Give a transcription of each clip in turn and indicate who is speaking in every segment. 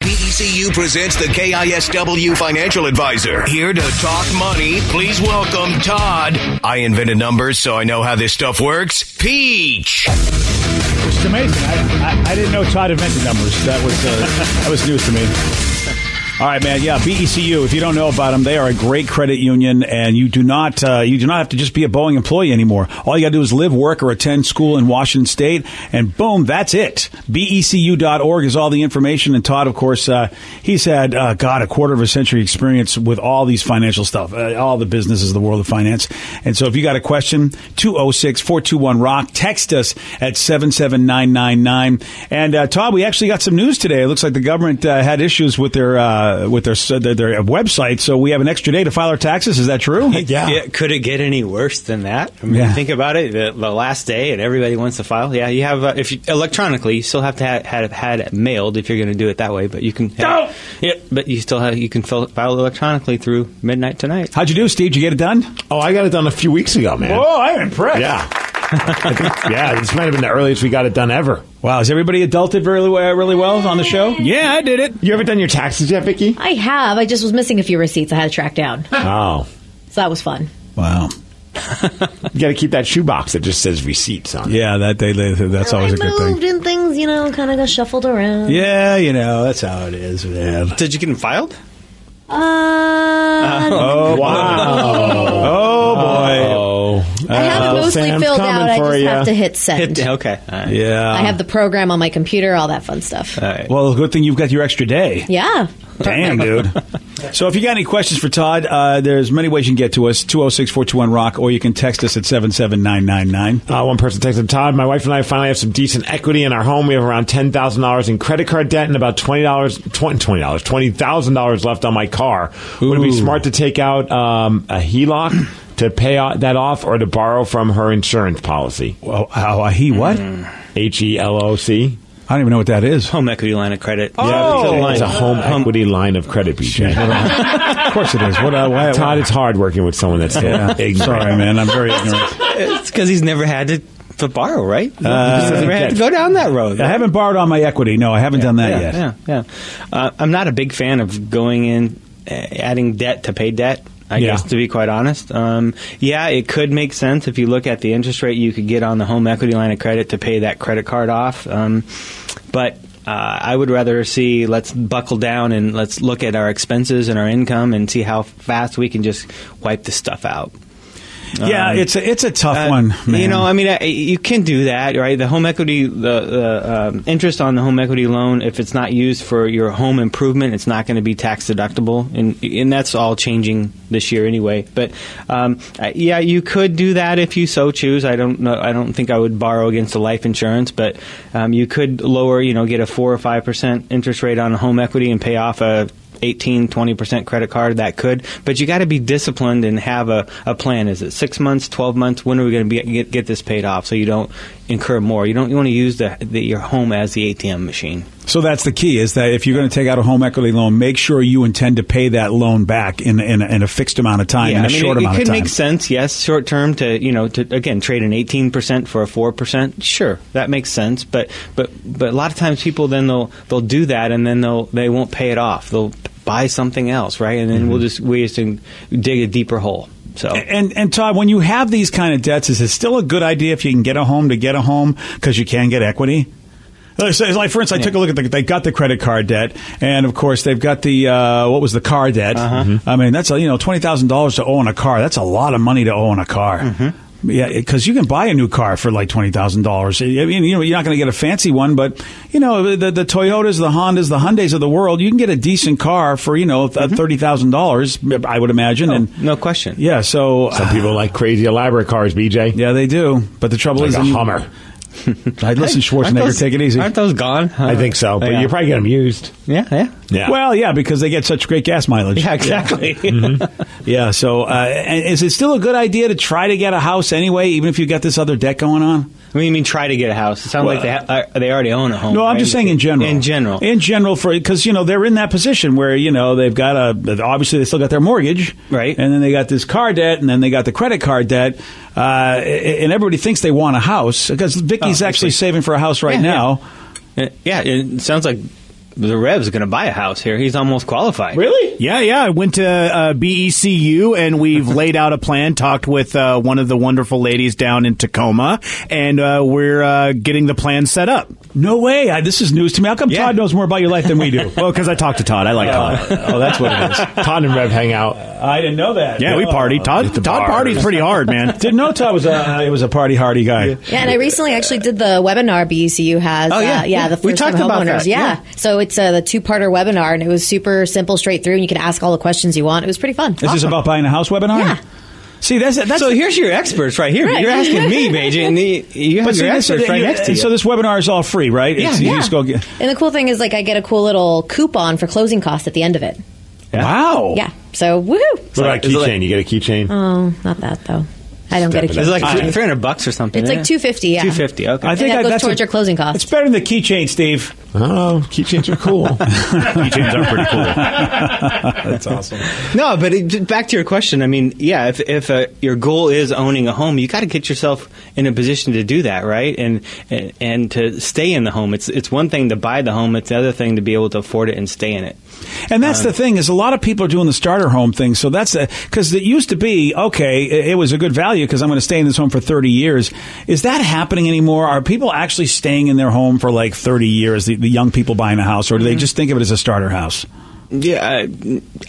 Speaker 1: KCU E presents the KISW Financial Advisor. Here to talk money, please welcome Todd. I invented numbers, so I know how this stuff works. Peach.
Speaker 2: Which is amazing. I, I, I didn't know Todd invented numbers. That was uh, that was news to me. All right, man. Yeah, BECU. If you don't know about them, they are a great credit union, and you do not uh, you do not have to just be a Boeing employee anymore. All you got to do is live, work, or attend school in Washington State, and boom, that's it. E BECU.org is all the information. And Todd, of course, uh, he's had uh, God a quarter of a century experience with all these financial stuff, uh, all the businesses of the world of finance. And so, if you got a question, 206-421 Rock, text us at seven seven nine nine nine. And uh, Todd, we actually got some news today. It looks like the government uh, had issues with their. Uh, with their, their their website, so we have an extra day to file our taxes. Is that true?
Speaker 3: Yeah. Could it get any worse than that? I mean,
Speaker 2: Yeah.
Speaker 3: think about it. The, the last day, and everybody wants to file. Yeah, you have uh, if you, electronically, you still have to have, have had it mailed if you're going to do it that way. But you can.
Speaker 2: No!
Speaker 3: Yeah, but you still have you can fil- file electronically through midnight tonight.
Speaker 2: How'd you do, Steve? Did you get it done?
Speaker 4: Oh, I got it done a few weeks ago, man.
Speaker 2: Oh, I'm impressed.
Speaker 4: Yeah. I think- yeah, this might have been the earliest we got it done ever.
Speaker 2: Wow, is everybody adulted really well, really well on the show? Yeah, I did it.
Speaker 4: You ever done your taxes yet, Vicky?
Speaker 5: I have. I just was missing a few receipts I had to track down. So
Speaker 4: Oh.
Speaker 5: that was fun.
Speaker 2: Wow.
Speaker 4: You got to keep that shoebox that just says receipts on it.
Speaker 2: Yeah, that they, they, that's always a
Speaker 5: I
Speaker 2: good
Speaker 5: moved
Speaker 2: thing.
Speaker 5: and things, you know, kind of got shuffled around.
Speaker 2: Yeah, you know that's how it is, man.
Speaker 3: Did you get them filed?
Speaker 5: Uh,
Speaker 2: Oh
Speaker 4: Wow.
Speaker 2: Oh boy.
Speaker 5: I have it
Speaker 4: Uh,
Speaker 5: mostly
Speaker 4: Sam's
Speaker 5: filled
Speaker 4: coming
Speaker 5: out. I
Speaker 4: for
Speaker 5: just
Speaker 4: ya.
Speaker 5: have to hit send.
Speaker 3: Okay. All right.
Speaker 2: Yeah.
Speaker 5: I have the program on my computer, all that fun stuff.
Speaker 3: All right.
Speaker 2: Well, good thing you've got your extra day.
Speaker 5: yeah.
Speaker 2: Damn, dude. So if you got any questions for Todd, uh, there's many ways you can get to us, 206-421-ROCK, or you can text us at 77999.
Speaker 4: Uh, one person texted Todd, my wife and I finally have some decent equity in our home. We have around $10,000 in credit card debt and about $20, $20, $20,000 $20,000 left on my car. Would it be
Speaker 2: Ooh.
Speaker 4: smart to take out um, a HELOC to pay o- that off or to borrow from her insurance policy?
Speaker 2: Oh, oh, he what?
Speaker 4: H E L O C?
Speaker 2: I don't even know what that is.
Speaker 3: Home equity line of credit.
Speaker 4: Yeah, it's a home
Speaker 3: Home-
Speaker 4: equity line of credit, BJ.
Speaker 2: of course it is. What? Uh, why,
Speaker 4: Todd, it's hard working with someone that's so
Speaker 2: Yeah.
Speaker 4: ignorant.
Speaker 2: Sorry, man. I'm very ignorant.
Speaker 3: It's because he's never had to, to borrow, right? Uh, he's
Speaker 4: doesn't
Speaker 3: never had
Speaker 4: get-
Speaker 3: to go down that road.
Speaker 2: I haven't borrowed on my equity. No, I haven't done that
Speaker 3: yeah,
Speaker 2: yet.
Speaker 3: Yeah, yeah. Uh, I'm not a big fan of going in, uh, adding debt to pay debt. I
Speaker 4: Yeah.
Speaker 3: guess to be quite honest, um, yeah, it could make sense if you look at the interest rate you could get on the home equity line of credit to pay that credit card off. Um, but uh, I would rather see let's buckle down and let's look at our expenses and our income and see how fast we can just wipe this stuff out.
Speaker 2: Yeah, it's a it's a tough
Speaker 3: Uh,
Speaker 2: one. Man.
Speaker 3: You know, I mean, I, you can do that, right? The home equity, the, the um, interest on the home equity loan, if it's not used for your home improvement, it's not going to be tax deductible, and and that's all changing this year anyway. But um, I- yeah, you could do that if you so choose. I don't know. I don't think I would borrow against the life insurance, but um, you could lower, you know, get a four or five percent interest rate on home equity and pay off a 18 20% credit card that could but you got to be disciplined and have a, a plan is it six months 12 months when are we going to get, get this paid off so you don't incur more you don't you want to use the, the your home as the atm machine
Speaker 2: so that's the key is that if you're going to take out a home equity loan, make sure you intend to pay that loan back in in, a- in a fixed amount of time, in a
Speaker 3: I mean,
Speaker 2: short
Speaker 3: it,
Speaker 2: amount
Speaker 3: it could
Speaker 2: of time.
Speaker 3: make sense yes short term to you know to again trade an 18% for a 4% sure that makes sense but but but a lot of times people then they'll they'll do that and then they'll they won't pay it off they'll buy something else right and then we'll
Speaker 2: Mm-hmm.
Speaker 3: just we just dig a deeper hole so
Speaker 2: And and Todd, when you have these kind of debts, is it still a good idea if you can get a home to get a home because you can get equity? Like, so- like for instance, I took a look at the, they got the credit card debt, and of course they've got the uh, what was the car debt.
Speaker 3: Uh-huh.
Speaker 2: Mm-hmm. I mean, that's a, you know twenty thousand dollars to own a car. That's a lot of money to own a car.
Speaker 3: Mm-hmm.
Speaker 2: Yeah, because you can buy a new car for like twenty thousand dollars. I mean, you know, you're not going to get a fancy one, but you know, the, the Toyotas, the Hondas, the Hyundai's of the world, you can get a decent car for you know thousand dollars, I would imagine. and
Speaker 3: Mm-hmm. Oh, no question
Speaker 2: yeah, so
Speaker 4: Some people like crazy elaborate cars, BJ.
Speaker 2: yeah, they do. But the trouble
Speaker 4: Like
Speaker 2: is
Speaker 4: a
Speaker 2: in-
Speaker 4: Hummer.
Speaker 2: I listen,
Speaker 3: Aren't
Speaker 2: Schwarzenegger.
Speaker 3: those-
Speaker 2: take it easy.
Speaker 3: Aren't those gone? Uh,
Speaker 4: I think so, but
Speaker 3: yeah.
Speaker 4: you probably get them used.
Speaker 3: yeah, yeah,
Speaker 4: Yeah.
Speaker 2: Well, yeah, because they get such great gas mileage.
Speaker 3: yeah, exactly.
Speaker 2: Yeah, so uh, and is it still a good idea to try to get a house anyway, even if you got this other debt going on?
Speaker 3: I mean, you mean try to get a house. It sounds like they ha- uh, they already own a home.
Speaker 2: No, I'm
Speaker 3: right?
Speaker 2: just saying in general.
Speaker 3: In general,
Speaker 2: In general, for because you know they're in that position where you know they've got a obviously they still got their mortgage,
Speaker 3: Right.
Speaker 2: And then they got this car debt, and then they got the credit card debt, uh, and everybody thinks they want a house because Vicky's
Speaker 3: Oh, I
Speaker 2: actually
Speaker 3: see.
Speaker 2: saving for a house right
Speaker 3: Yeah, yeah.
Speaker 2: now.
Speaker 3: Uh, yeah, it sounds like the Rev's going to buy a house here. He's almost qualified.
Speaker 4: Really?
Speaker 6: Yeah, yeah. I went to uh, BECU and we've laid out a plan, talked with uh, one of the wonderful ladies down in Tacoma, and uh, we're uh, getting the plan set up.
Speaker 2: No way. I, this is news to me. How come
Speaker 3: Yeah.
Speaker 2: Todd knows more about your life than we do?
Speaker 6: Well, because I talked to Todd. I like Todd.
Speaker 2: oh, that's what it is.
Speaker 4: Todd and Rev hang out.
Speaker 2: I didn't know that.
Speaker 6: Yeah, we
Speaker 2: Oh.
Speaker 6: party.
Speaker 4: Uh,
Speaker 6: Todd, Todd parties pretty hard, man.
Speaker 2: Didn't know Todd was a uh, he was a party hardy guy.
Speaker 5: Yeah, and I recently actually did the webinar BECU has.
Speaker 3: Oh, yeah,
Speaker 5: uh, yeah,
Speaker 3: yeah.
Speaker 5: the
Speaker 3: We
Speaker 5: first time
Speaker 3: talked about
Speaker 5: homeowners.
Speaker 3: that,
Speaker 5: Yeah. so it's uh, the two parter webinar, and it was super simple, straight through, and you can ask all the questions you want. It was pretty fun.
Speaker 2: This is about buying a house webinar.
Speaker 5: Yeah.
Speaker 2: See, that's that's
Speaker 3: So here's your experts right here.
Speaker 5: Right.
Speaker 3: You're asking me, Beijing, and the, you have
Speaker 2: But see,
Speaker 3: your
Speaker 2: this-
Speaker 3: experts right
Speaker 2: you-
Speaker 3: next to you.
Speaker 2: uh, So this webinar is all free, right? It's- you
Speaker 5: Yeah.
Speaker 2: just go get-
Speaker 5: And the cool thing is, like, I get a cool little coupon for closing costs at the end of it.
Speaker 2: Wow.
Speaker 5: Yeah. So woohoo!
Speaker 4: What about a
Speaker 3: is it like-
Speaker 4: keychain? You get a keychain?
Speaker 5: Oh, not that though. I don't get
Speaker 4: Step
Speaker 5: a
Speaker 4: it
Speaker 5: key.
Speaker 4: up.
Speaker 3: it's like
Speaker 4: All right.
Speaker 3: three hundred bucks or something.
Speaker 5: It's like
Speaker 3: yeah.
Speaker 5: 250, yeah.
Speaker 3: 250, Okay.
Speaker 2: I think
Speaker 5: that
Speaker 2: I,
Speaker 5: goes
Speaker 2: that's
Speaker 5: towards your closing cost.
Speaker 2: It's better than the keychain, Steve.
Speaker 4: Oh, keychains are cool.
Speaker 6: Keychains are pretty cool.
Speaker 2: That's awesome.
Speaker 3: no, but it, back to your question. I mean, yeah, if if uh, your goal is owning a home, you got to get yourself in a position to do that, right? And, and and to stay in the home. It's it's one thing to buy the home. It's the other thing to be able to afford it and stay in it.
Speaker 2: And that's
Speaker 3: Um,
Speaker 2: the thing is a lot of people are doing the starter home thing. So that's because it used to be okay. It, it was a good value because I'm going to stay in this home for 30 years. Is that happening anymore? Are people actually staying in their home for like 30 years? The, the young people buying a house, or
Speaker 3: Mm-hmm.
Speaker 2: do they just think of it as a starter house?
Speaker 3: Yeah,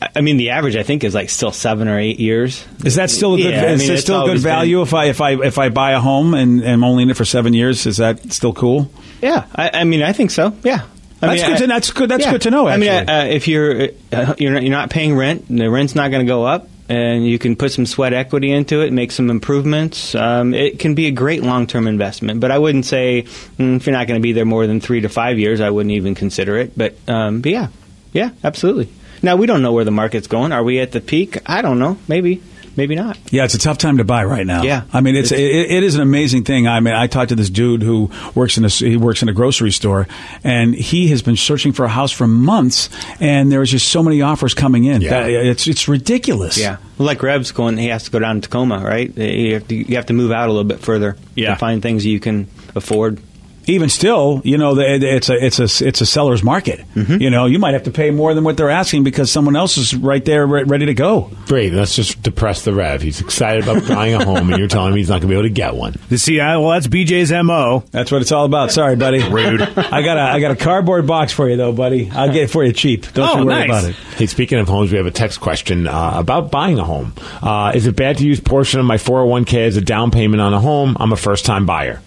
Speaker 3: I, I mean, the average I think is like still seven or eight years.
Speaker 2: Is that still a good?
Speaker 3: Yeah, I
Speaker 2: is
Speaker 3: mean,
Speaker 2: it
Speaker 3: it's
Speaker 2: still a good
Speaker 3: always been-
Speaker 2: value if I if I if I buy a home and am only in it for seven years? Is that still cool?
Speaker 3: Yeah, I, I mean, I think so. Yeah, I
Speaker 2: That's
Speaker 3: mean,
Speaker 2: good
Speaker 3: I-
Speaker 2: to- that's good- that's
Speaker 3: yeah.
Speaker 2: good to know,
Speaker 3: I mean,
Speaker 2: actually.
Speaker 3: uh, if you're uh, you're not, you're not paying rent, and the rent's not going to go up, and you can put some sweat equity into it, make some improvements. Um, it can be a great long term investment. But I wouldn't say mm, if you're not going to be there more than three to five years, I wouldn't even consider it. But um, but yeah, yeah, absolutely. Now we don't know where the market's going. Are we at the peak? I don't know. Maybe, maybe not.
Speaker 2: Yeah, it's a tough time to buy right now.
Speaker 3: Yeah.
Speaker 2: I mean it's, it, it is an amazing thing. I mean, I talked to this dude who works in a he works in a grocery store, and he has been searching for a house for months, and there's just so many offers coming in.
Speaker 4: Yeah.
Speaker 2: That- it's it's ridiculous.
Speaker 3: Yeah, like Reb's going, he has to go down to Tacoma, right? You have to, you have to move out a little bit further
Speaker 6: Yeah.
Speaker 3: to find things you can afford.
Speaker 2: Even still, you know, the, it's a it's a it's a seller's market. You know, you might have to pay more than what they're asking because someone else is right there re- ready to go.
Speaker 4: Great. Let's just depress the Rev. He's excited about buying a home, and you're telling him he's not going to be able to get one.
Speaker 6: See, I, well, that's BJ's mo.
Speaker 2: That's what it's all about. Sorry, buddy. Rude. I got a I got a cardboard box for you though, buddy. I'll get it for you cheap. Don't
Speaker 6: Oh,
Speaker 2: you worry
Speaker 6: nice.
Speaker 2: about it.
Speaker 4: Hey, speaking of homes, we have a text question uh, about buying a home. Uh, is it bad to use portion of my 401k as a down payment on a home? I'm a first time buyer.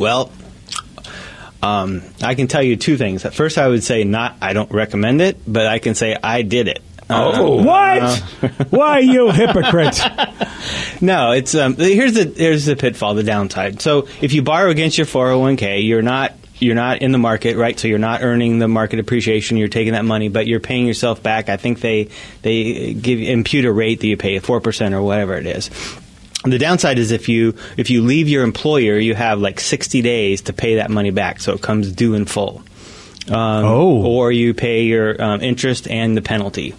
Speaker 3: Well, um, I can tell you two things. At first, I would say not. I don't recommend it, but I can say I did it. Oh,
Speaker 2: What? Why you hypocrite?
Speaker 3: Um, No, it's um, here's the here's the pitfall, the downside. So if you borrow against your 401k, you're not you're not in the market, right? So you're not earning the market appreciation. You're taking that money, but you're paying yourself back. I think they they give impute a rate that you pay four percent or whatever it is. The downside is if you if you leave your employer, you have like 60 days to pay that money back, so it comes due in full. Um,
Speaker 2: Oh.
Speaker 3: or you pay your um, interest and the penalty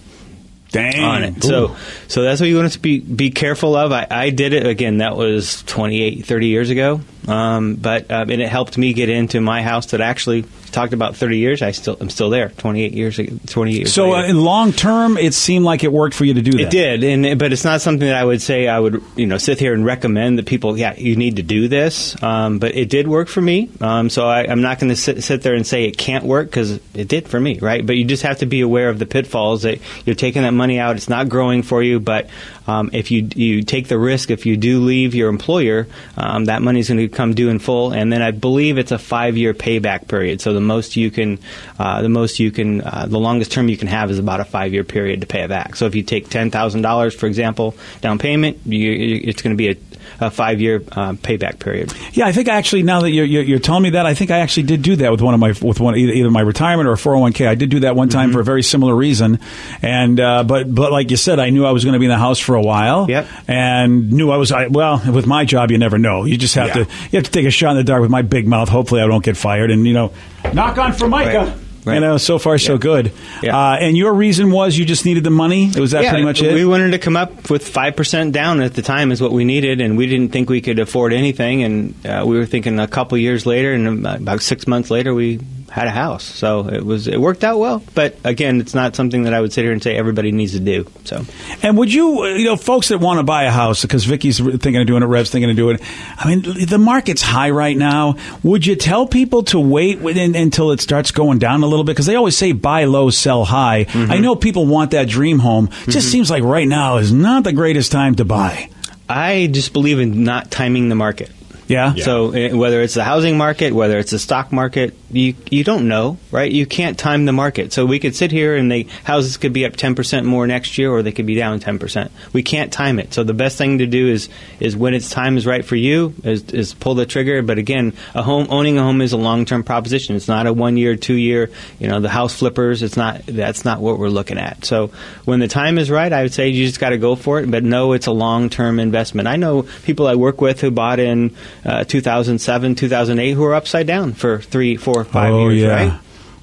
Speaker 2: Dang.
Speaker 3: on it. So so that's what you want to be be careful of. I, I did it again. That was 28, 30 years ago. Um, but um, and it helped me get into my house that actually talked about 30 years. I still I'm still there. 28 years ag- 28 years.
Speaker 2: So uh,
Speaker 3: later.
Speaker 2: in long term, it seemed like it worked for you to do that.
Speaker 3: it did, and but it's not something that I would say I would you know sit here and recommend that people. Yeah, you need to do this. Um, but it did work for me. Um, so I, I'm not going to sit, sit there and say it can't work because it did for me, right? But you just have to be aware of the pitfalls that you're taking that money out. It's not growing for you, but um, if you you take the risk, if you do leave your employer, um, that money's going to come due in full. And then I believe it's a five year payback period. So the most you can, uh, the most you can, uh, the longest term you can have is about a five year period to pay it back. So if you take ten thousand dollars, for example, down payment, you, you- it's going to be a, a five year uh, payback period.
Speaker 2: Yeah, I think I actually now that you're, you're, you're telling me that, I think I actually did do that with one of my with one either, either my retirement or 401k. I did do that one time
Speaker 3: Mm-hmm.
Speaker 2: for a very similar reason, and uh, but but like you said, I knew I was going to be in the house for a while.
Speaker 3: Yep.
Speaker 2: And knew I was. I, well, with my job, you never know. You just have to you have to take a shot in the dark with my big mouth. Hopefully, I don't get fired. And you know, knock on for Micah.
Speaker 3: Right. Right.
Speaker 2: You know, so far so good.
Speaker 3: Yeah.
Speaker 2: Uh, and your reason was you just needed the money. Was that pretty much it?
Speaker 3: We wanted to come up with five percent down at the time is what we needed, and we didn't think we could afford anything. And uh, we were thinking a couple years later, and about six months later, we had a house. So it was it worked out well. But again, it's not something that I would sit here and say everybody needs to do. So
Speaker 2: And would you, uh, you know, folks that want to buy a house because Vicky's thinking of doing it, Rev's thinking of doing it. I mean, the market's high right now. Would you tell people to wait within, until it starts going down a little bit? Because they always say buy low, sell high. I know people want that dream home. It Just seems like right now is not the greatest time to buy.
Speaker 3: I just believe in not timing the market.
Speaker 2: Yeah.
Speaker 3: So eh, whether it's the housing market, whether it's the stock market, you you don't know, right? You can't time the market. So we could sit here and the houses could be up 10% more next year or they could be down 10%. We can't time it. So the best thing to do is is when its time is right for you is is pull the trigger, but again, a home owning a home is a long-term proposition. It's not a one year, two year, you know, the house flippers, it's not that's not what we're looking at. So when the time is right, I would say you just got to go for it, but no, it's a long-term investment. I know people I work with who bought in uh, 2007, 2008 who are upside down for three, four, five
Speaker 2: Oh,
Speaker 3: years,
Speaker 2: yeah.
Speaker 3: right?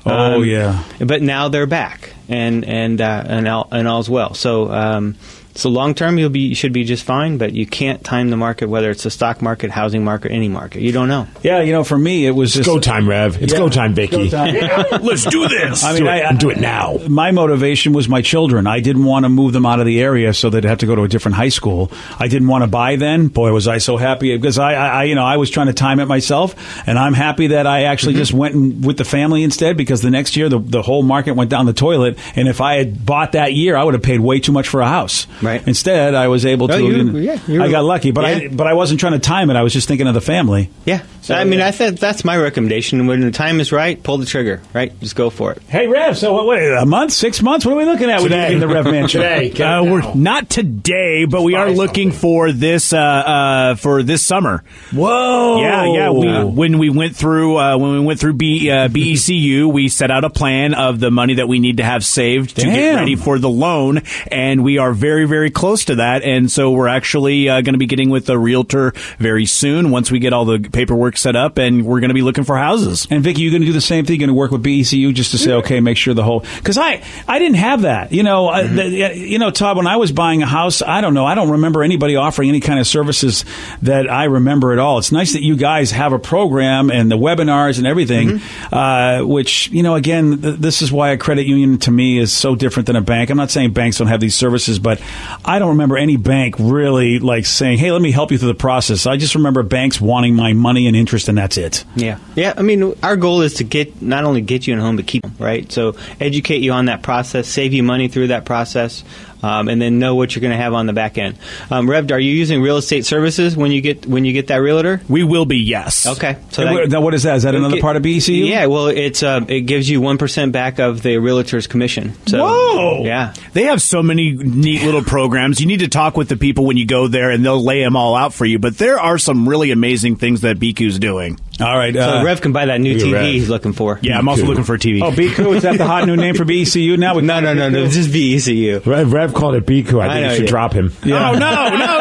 Speaker 2: Oh,
Speaker 3: Um,
Speaker 2: yeah.
Speaker 3: But now they're back, and and uh, and all and all's well. So um, so long term, you'll be you should be just fine. But you can't time the market, whether it's the stock market, housing market, any market. You don't know.
Speaker 2: Yeah, you know, for me, it was just.
Speaker 4: Go time, Rev. It's
Speaker 2: Yeah.
Speaker 4: go time, Vicky.
Speaker 2: Let's do this. I
Speaker 4: Do
Speaker 2: mean,
Speaker 4: it.
Speaker 2: I,
Speaker 4: Do it now.
Speaker 2: My motivation was my children. I didn't want to move them out of the area so they'd have to go to a different high school. I didn't want to buy then. Boy, was I so happy because I, I, I you know, I was trying to time it myself, and I'm happy that I
Speaker 4: Mm-hmm.
Speaker 2: actually just went and, with the family instead because the next year the the whole market went down the toilet, and if I had bought that year, I would have paid way too much for a house.
Speaker 3: Right.
Speaker 2: Instead, I was able
Speaker 3: Oh,
Speaker 2: to.
Speaker 3: you-
Speaker 2: you know,
Speaker 3: yeah, you
Speaker 2: I
Speaker 3: were-
Speaker 2: got lucky, but I
Speaker 3: yeah.
Speaker 2: but I wasn't trying to time it. I was just thinking of the family.
Speaker 3: Yeah.
Speaker 2: So,
Speaker 3: I mean,
Speaker 2: yeah.
Speaker 3: I think that's my recommendation. When the time is right, pull the trigger. Right, just go for it.
Speaker 2: Hey, Rev. So what? Wait, a month, six months? What are we looking at? when you
Speaker 4: Today.
Speaker 2: get in the Rev Mansion
Speaker 4: Today. Get it
Speaker 6: Uh,
Speaker 4: now.
Speaker 6: we're not today, but we are
Speaker 4: Buy
Speaker 6: looking
Speaker 4: something.
Speaker 6: for this uh, uh, for this summer.
Speaker 2: Whoa!
Speaker 6: Yeah, yeah.
Speaker 2: Oh.
Speaker 6: We, when we went through uh, when we went through B, uh, BECU, we set out a plan of the money that we need to have saved to get
Speaker 2: Damn.
Speaker 6: ready for the loan, and we are very very close to that. And so we're actually uh, going to be getting with a realtor very soon once we get all the paperwork set up, and we're going to be looking for houses.
Speaker 2: and Vicky, you going to do the same thing? You're going to work with BECU just to say, okay, make sure the whole because I I didn't have that. You know, I- the- you know, Todd. When I was buying a house, I don't know. I don't remember anybody offering any kind of services that I remember at all. It's nice that you guys have a program and the webinars and everything, uh, which you know, again, th- this is why a credit union to me is so different than a bank. I'm not saying banks don't have these services, but I don't remember any bank really like saying, hey, let me help you through the process. I just remember banks wanting my money and interest, and that's it.
Speaker 3: Yeah, yeah. I mean, our goal is to get not only get you in a home, but keep them right. So educate you on that process, save you money through that process, um, and then know what you're going to have on the back end. Um, Revd, are you using real estate services when you get when you get that realtor?
Speaker 6: We will be yes.
Speaker 3: Okay, so
Speaker 2: Hey,
Speaker 3: that-
Speaker 2: what- now, what is that? Is that another
Speaker 3: Okay.
Speaker 2: part of
Speaker 6: E
Speaker 2: BECU?
Speaker 3: Yeah, well, it's uh, it gives you one percent back of the realtor's commission. So,
Speaker 6: Whoa!
Speaker 3: Yeah,
Speaker 6: They have so many neat little programs. You need to talk with the people when you go there, and they'll lay them all out for you. But there are some really amazing things that BQ's doing.
Speaker 2: All right.
Speaker 3: so
Speaker 2: uh,
Speaker 3: Rev can buy that new
Speaker 4: you're
Speaker 3: TV
Speaker 4: Rev.
Speaker 3: he's looking for.
Speaker 6: Yeah, I'm also looking for a
Speaker 3: E
Speaker 6: TV.
Speaker 2: oh, BQ, is that the hot new name for BECU now?
Speaker 3: No, no, no, no. This is E VECU.
Speaker 4: Rev, Rev called it Biku. I
Speaker 3: I
Speaker 4: think
Speaker 3: know
Speaker 4: you should
Speaker 3: you-
Speaker 4: drop him.
Speaker 6: Oh, no, no, no, no, no,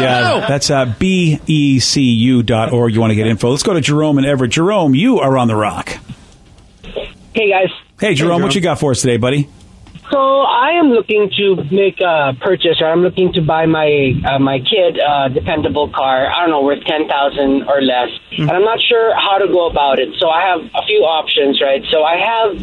Speaker 2: Yeah,
Speaker 6: no.
Speaker 2: that's uh, becu.org. You want to get info. Let's go to Jerome and Everett. Jerome, you are on the rock.
Speaker 7: Hey guys.
Speaker 2: Hey, Jerome, what you got for us today, buddy?
Speaker 7: So I am looking to make a purchase, or I'm looking to buy my uh, my kid a dependable car. I don't know, worth ten thousand or less,
Speaker 2: Hmm.
Speaker 7: and I'm not sure how to go about it. So I have a few options, right? So I have,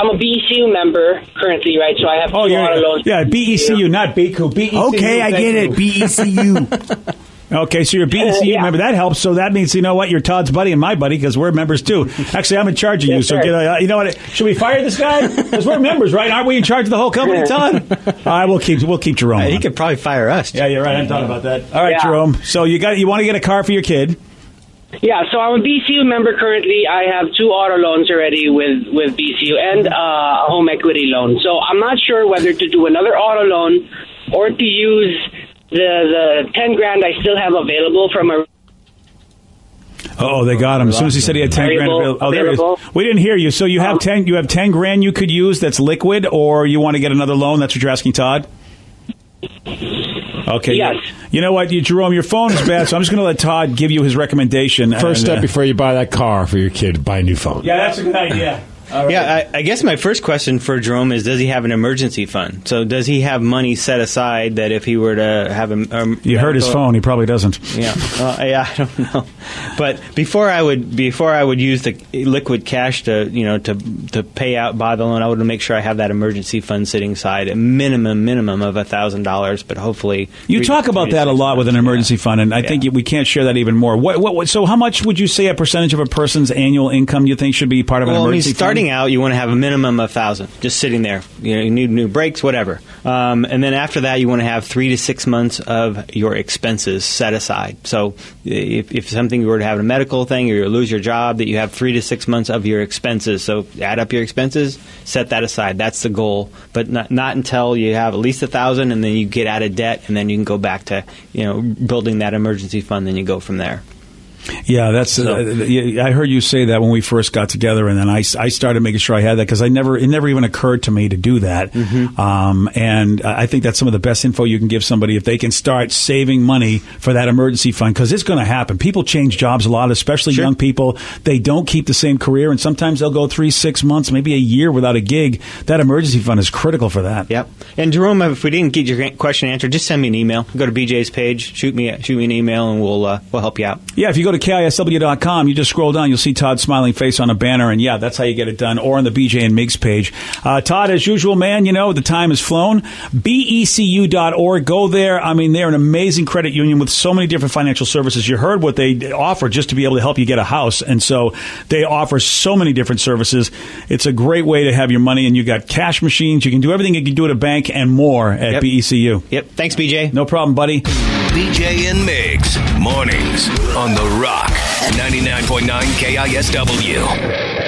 Speaker 7: I'm a BECU member currently, right? So I have two auto loans.
Speaker 2: Oh, yeah, BECU, not E BQ. BECU.
Speaker 6: Okay, I
Speaker 2: thank
Speaker 6: get it. E
Speaker 2: you.
Speaker 6: BECU.
Speaker 2: Okay, so you're a BECU
Speaker 7: Yeah.
Speaker 2: member. That helps. So that means, you know what? You're Todd's buddy and my buddy because we're members too. Actually, I'm in charge of you.
Speaker 7: Yes,
Speaker 2: so,
Speaker 7: sir.
Speaker 2: get, uh, you know what? Should we fire this guy? Because we're members, right? Aren't we in charge of the whole company, Todd? All right, we'll keep, we'll keep Jerome.
Speaker 3: He
Speaker 2: on.
Speaker 3: could probably fire us.
Speaker 2: Yeah, you're right. I thought about that. All right,
Speaker 7: Yeah.
Speaker 2: Jerome. So you got you want to get a car for your kid?
Speaker 7: Yeah, so I'm a BCU member currently. I have two auto loans already with with BCU and uh, a home equity loan. So I'm not sure whether to do another auto loan or to use the the ten grand I still have available from a.
Speaker 2: Oh, they got him. As soon as he said he had ten grand
Speaker 7: Available,
Speaker 2: available. Oh, there he is.
Speaker 7: available.
Speaker 2: We didn't hear you. So you have ten. You have ten grand you could use that's liquid, or you want to get another loan. That's what you're asking, Todd. Okay.
Speaker 7: Yes.
Speaker 2: You know what, you, Jerome? Your phone is bad, so I'm just going to let Todd give you his recommendation.
Speaker 4: First
Speaker 2: And,
Speaker 4: step
Speaker 2: uh,
Speaker 4: before you buy that car for your kid, buy a new phone.
Speaker 2: Yeah, that's a good idea.
Speaker 3: Yeah, I, I guess my first question for Jerome is: Does he have an emergency fund? So, does he have money set aside that if he were to have a, a
Speaker 2: You heard his
Speaker 3: medical-
Speaker 2: phone. He probably doesn't.
Speaker 3: Yeah, well, yeah, I don't know. But before I would before I would use the liquid cash to you know to to pay out buy the loan, I would make sure I have that emergency fund sitting aside, a minimum minimum of thousand dollars, but hopefully
Speaker 2: You
Speaker 3: three-
Speaker 2: talk about
Speaker 3: three to
Speaker 2: that a
Speaker 3: six
Speaker 2: lot with an
Speaker 3: months,
Speaker 2: emergency
Speaker 3: yeah.
Speaker 2: fund, and I think
Speaker 3: Yeah.
Speaker 2: we can't share that even more. What, what, what? So, how much would you say a percentage of a person's annual income you think should be part of an
Speaker 3: Well, I mean,
Speaker 2: emergency
Speaker 3: starting
Speaker 2: fund?
Speaker 3: out, you want to have a minimum of thousand just sitting there. You know, you need new brakes, whatever. Um, and then after that, you want to have three to six months of your expenses set aside. So if, if something you were to have a medical thing or you lose your job, that you have three to six months of your expenses. So add up your expenses, set that aside. That's the goal, but not not until you have at least a thousand, and then you get out of debt, and then you can go back to you know building that emergency fund. Then you go from there.
Speaker 2: Yeah, that's. Uh, yeah, I heard you say that when we first got together, and then I, I started making sure I had that because I never it never even occurred to me to do that. Um, and I think that's some of the best info you can give somebody if they can start saving money for that emergency fund because it's going to happen. People change jobs a lot, especially young people. They don't keep the same career, and sometimes they'll go three, six months, maybe a year without a gig. That emergency fund is critical for that.
Speaker 3: Yep. And Jerome, if we didn't get your question answered, just send me an email. Go to BJ's page, shoot me shoot me an email, and we'll uh, we'll help you out.
Speaker 2: Yeah, if you go to KISW.com, you just scroll down, you'll see Todd's smiling face on a banner, and yeah, that's how you get it done, or on the BJ and Migs page. Uh, Todd, as usual, man, you know, the time has flown. E BECU.org, go there. I mean, they're an amazing credit union with so many different financial services. You heard what they offer just to be able to help you get a house, and so they offer so many different services. It's a great way to have your money, and you got cash machines. You can do everything you can do at a bank and more at
Speaker 3: Yep.
Speaker 2: BECU.
Speaker 3: Yep. Thanks, BJ.
Speaker 2: No problem, buddy.
Speaker 1: BJ and Migs, mornings on The Rock, 99.9 KISW.